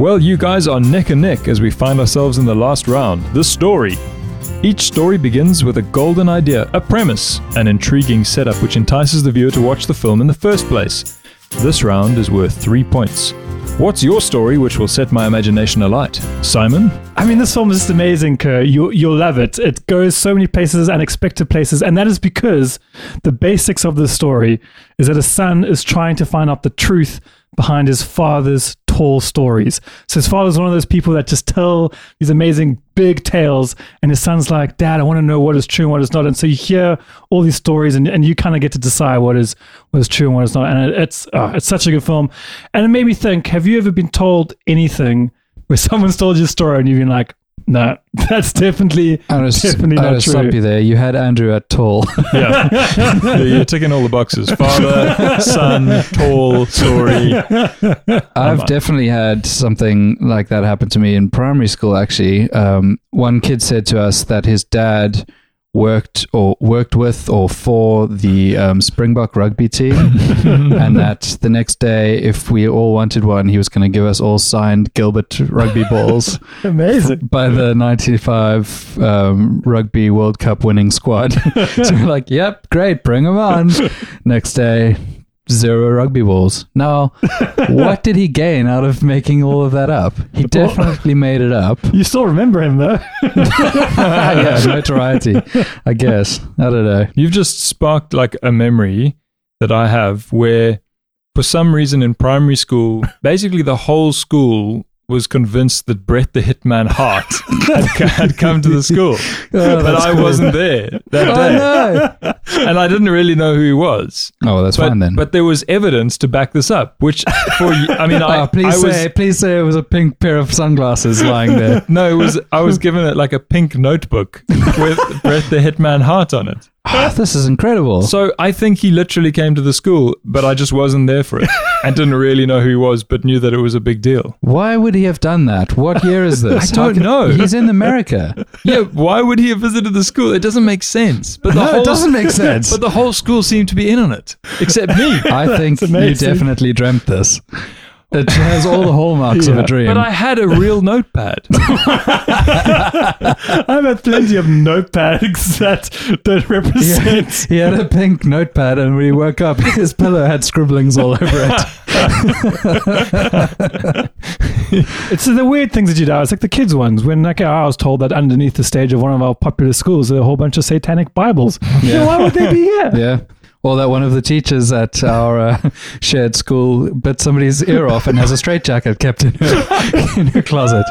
A: Well, you guys are neck and neck as we find ourselves in the last round, the story. Each story begins with a golden idea, a premise, an intriguing setup which entices the viewer to watch the film in the first place. This round is worth three points. What's your story which will set my imagination alight? Simon?
D: I mean, this film is just amazing, Kerr. You, you'll love it. It goes so many places, unexpected places. And that is because the basics of the story is that a son is trying to find out the truth behind his father's tall stories. So his father's one of those people that just tell these amazing big tales. And his son's like, Dad, I want to know what is true and what is not. And so you hear all these stories and, and you kind of get to decide what is what is true and what is not. And it, it's, uh, it's such a good film. And it made me think, have you ever been told anything? where someone's told you a story and you've been like, no, <laughs> that's definitely
E: I'll just,
D: definitely
E: I'll
D: not
E: just stop
D: true.
E: you there. You had Andrew at tall. <laughs>
A: Yeah. You're ticking all the boxes. Father, son, tall, story.
E: I've definitely had something like that happen to me in primary school. Actually, um, one kid said to us that his dad worked or worked with or for the um, Springbok rugby team, and that the next day, if we all wanted one, he was going to give us all signed Gilbert rugby balls
D: Amazing.
E: by the '95 um, Rugby World <laughs>
A: <laughs>
E: Cup winning squad. so we're like, "Yep, great, bring them on." Next day. zero rugby balls.
A: <laughs>
E: Now, what did he gain out of making all of that up? He definitely made it
A: <laughs>
E: up. <laughs>
D: You still remember him though. <laughs>
E: yeah, notoriety, I guess. I don't know.
A: You've just sparked like a memory that I have where, for some reason, in primary
E: <laughs>
A: school, basically the whole school was convinced that Brett the Hitman
E: <laughs>
A: Hart had, c- had come to the school. but I wasn't there that day.
E: Oh, no.
A: <laughs> And I didn't really know who he was.
E: Oh, well, that's
A: But,
E: fine then.
A: but there was evidence to back this up, which for y- I mean,
E: <laughs>
A: I,
E: oh, please
A: I was
E: say, please say it was a pink pair of sunglasses lying
A: <laughs>
E: there.
A: no, it was I was given it like a
E: <laughs>
A: pink notebook with Brett the Hitman Hart on it.
E: Ah, this is incredible.
A: So I think he literally came to the school, but I just wasn't there for it and didn't really know who he was, but knew that it was a big deal.
E: Why would he have done that? What year is this?
A: <laughs> I
E: How
A: don't
E: could-
A: know.
E: He's in America.
A: Yeah, why would he have visited the school? It doesn't make sense. But the
E: No, it
A: whole,
E: doesn't make sense.
A: But the whole school seemed to be in on it, except me.
E: I think you
D: amazing.
E: definitely dreamt this. It has all the hallmarks of
D: Yeah.
E: a dream.
A: But I had a real notepad.
D: I've had plenty of notepads <laughs> that don't
E: <laughs>
D: represent.
E: he had a pink notepad, and when he woke up, <laughs> his pillow had scribblings all over it.
D: It's the weird things that you do. It's like the kids ones. When like I was told that underneath the stage of one of our popular schools, there are a whole bunch of satanic Bibles.
E: Yeah.
D: Why would they be here?
E: <laughs> Yeah. Or that one of the teachers at our uh, shared school bit somebody's ear off and has a straitjacket kept in her, <laughs> in her closet.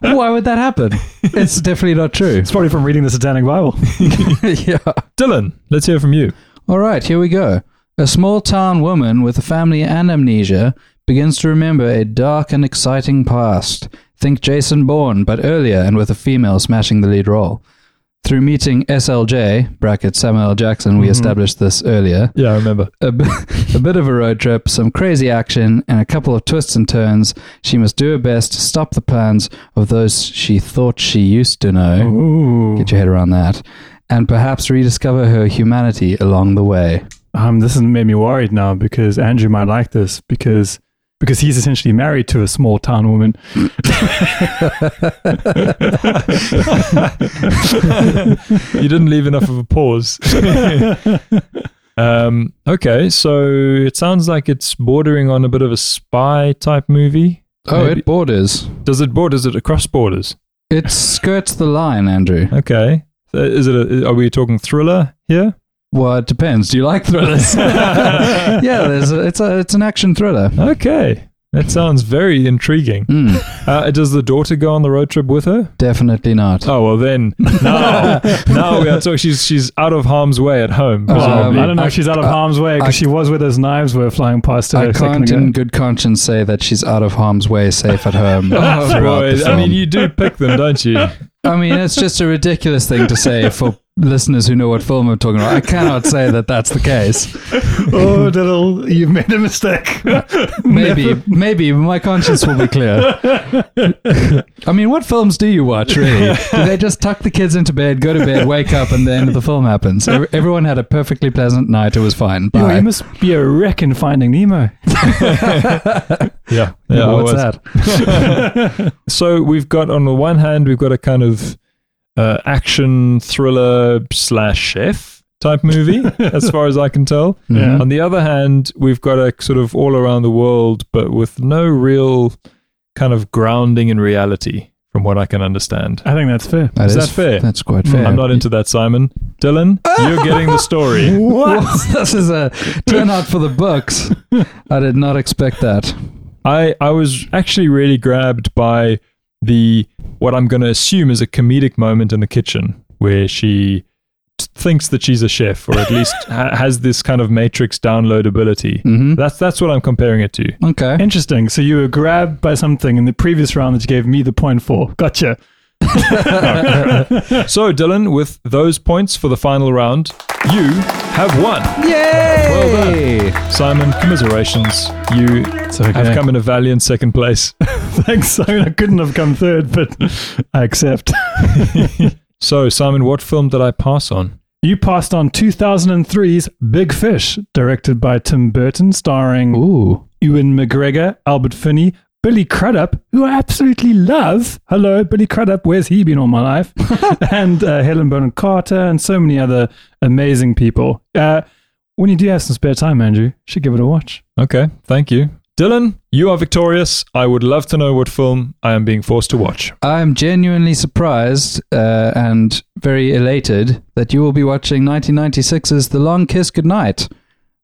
E: Why would that happen? It's definitely
D: <laughs>
E: not true.
D: It's probably from reading the Satanic Bible.
E: yeah.
A: Dylan, let's hear from you.
E: All right, here we go. A small town woman with a family and amnesia begins to remember a dark and exciting past. Think Jason Bourne, but earlier and with a female smashing the lead role. Through meeting SLJ, bracket Samuel L. Jackson, we established this earlier,
A: Yeah, I remember.
E: a bi- <laughs> a bit of a road trip, some crazy action, and a couple of twists and turns, she must do her best to stop the plans of those she thought she used to know.
D: Ooh.
E: Get your head around that. And perhaps rediscover her humanity along the way.
D: Um, this has made me worried now because Andrew might like this because because he's essentially married to a small town woman.
E: <laughs>
A: You didn't leave enough of a pause. um, okay, so it sounds like it's bordering on a bit of a spy type movie.
E: Oh,
A: Maybe-
E: it borders.
A: Does it border? Is it across borders?
E: It skirts the line, Andrew.
A: Okay. So Is it? A, are we talking thriller here?
E: Well, it depends. Do you like thrillers? <laughs>
A: <laughs>
E: yeah, there's a, it's a, it's an action thriller.
A: Okay, that sounds very intriguing.
E: Mm,
A: Uh, does the daughter go on the road trip with her?
E: definitely not.
A: Oh well, then
E: <laughs>
A: now now we are talking. She's she's out of harm's way at home.
E: Oh,
A: <laughs> presumably.
D: I don't know if she's out of
E: I-
D: harm's way
E: I-
D: because she was where those knives were flying past her.
E: I
D: a second
E: can't,
D: ago.
E: in good conscience, say that she's out of harm's way, safe at
A: <laughs>
E: home. throughout
A: Oh, Boy,
E: the
A: I
E: film.
A: mean, you do pick them,
E: <laughs>
A: don't you?
E: I mean, it's just a ridiculous thing to say
A: <laughs>
E: for listeners who know what film I'm talking about. I cannot say that that's the case.
D: oh, diddle, you've made a mistake.
E: Maybe, <laughs> maybe my conscience will be clear. I mean, what films do you watch, really? Do they just tuck the kids into bed, go to bed, wake up, and then the film happens? Ev- Everyone had a perfectly pleasant night. It was fine.
D: Yo,
E: Bye.
D: you must be a wreck in Finding Nemo.
A: Yeah, yeah. I
E: What's
A: was.
E: that?
A: So we've got on the one hand, we've got a kind of uh, action thriller slash chef
E: <laughs>
A: type movie, as far as I can tell.
E: Mm-hmm.
D: Yeah.
A: On the other hand, we've got a sort of all around the world, but with no real kind of grounding in reality, from what I can understand.
D: I think that's fair.
E: That
A: Is that fair?
E: That's quite fair.
A: I'm not into that, Simon. Dylan, you're getting the
E: <laughs>
A: story.
E: What? this is a turnout for the books. I did not expect that.
A: I, I was actually really grabbed by the what I'm going to assume is a comedic moment in the kitchen where she t- thinks that she's a chef or at least ha- has this kind of matrix download ability.
E: Mhm.
A: That's that's what I'm comparing it to.
E: Okay.
D: Interesting. So you were grabbed by something in the previous round that you gave me the point for. Gotcha.
A: So Dylan, with those points for the final round, you have won.
E: Yay!
A: Simon, commiserations. You
D: It's okay.
A: have come in a valiant second place. <laughs>
D: Thanks. I mean, I couldn't have come third, but I accept.
A: So Simon, what film did I pass on?
D: You passed on 2003's Big Fish, directed by Tim Burton, starring
E: Ooh.
D: Ewan McGregor, Albert Finney, Billy Crudup, who I absolutely love. Hello, Billy Crudup. Where's he been all my life? and uh, Helen Bonham Carter, and so many other amazing people. Uh, When you do have some spare time, Andrew, you should give it a watch.
A: Okay, thank you. Dylan, you are victorious. I would love to know what film I am being forced to watch.
E: I'm genuinely surprised uh, and very elated that you will be watching 1996's The Long Kiss Goodnight,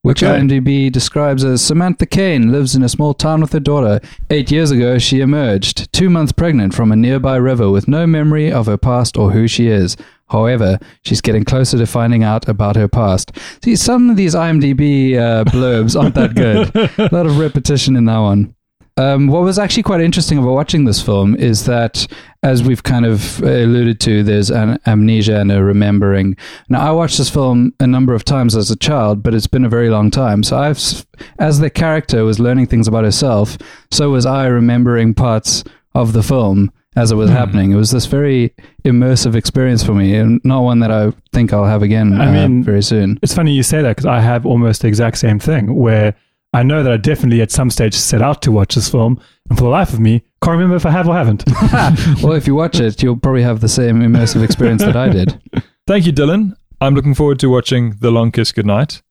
E: which
A: Okay.
E: IMDb describes as Samantha Kane lives in a small town with her daughter. Eight years ago, she emerged, two months pregnant, from a nearby river with no memory of her past or who she is. However, she's getting closer to finding out about her past. See, some of these IMDb uh, blurbs aren't that good. A lot of repetition in that one. Um, what was actually quite interesting about watching this film is that, as we've kind of alluded to, there's an amnesia and a remembering. Now, I watched this film a number of times as a child, but it's been a very long time. So, I've, s- as the character was learning things about herself, so was I remembering parts of the film as it
D: Hmm.
E: was happening. It was this very immersive experience for me, and not one that I think I'll have again
D: I
E: uh,
D: mean- <laughs>
E: very soon.
D: It's funny you say that because I have almost the exact same thing where I know that I definitely at some stage set out to watch this film, and for the life of me, can't remember if I have or haven't.
E: well, if you watch it, you'll probably have the same immersive experience that
D: <laughs>
E: I did.
A: Thank you, Dylan. I'm looking forward to watching The Long Kiss Goodnight.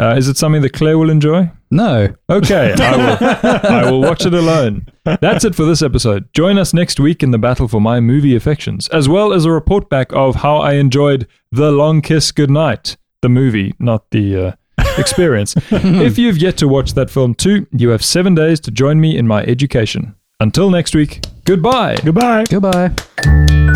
A: Uh, is it something that Claire will enjoy?
E: No.
A: Okay, I will. I will watch it alone. That's it for this episode. Join us next week in the battle for my movie affections, as well as a report back of how I enjoyed The Long Kiss Goodnight, the movie, not the uh, experience. if you've yet to watch that film too, you have seven days to join me in my education. Until next week, goodbye.
D: Goodbye.
E: Goodbye.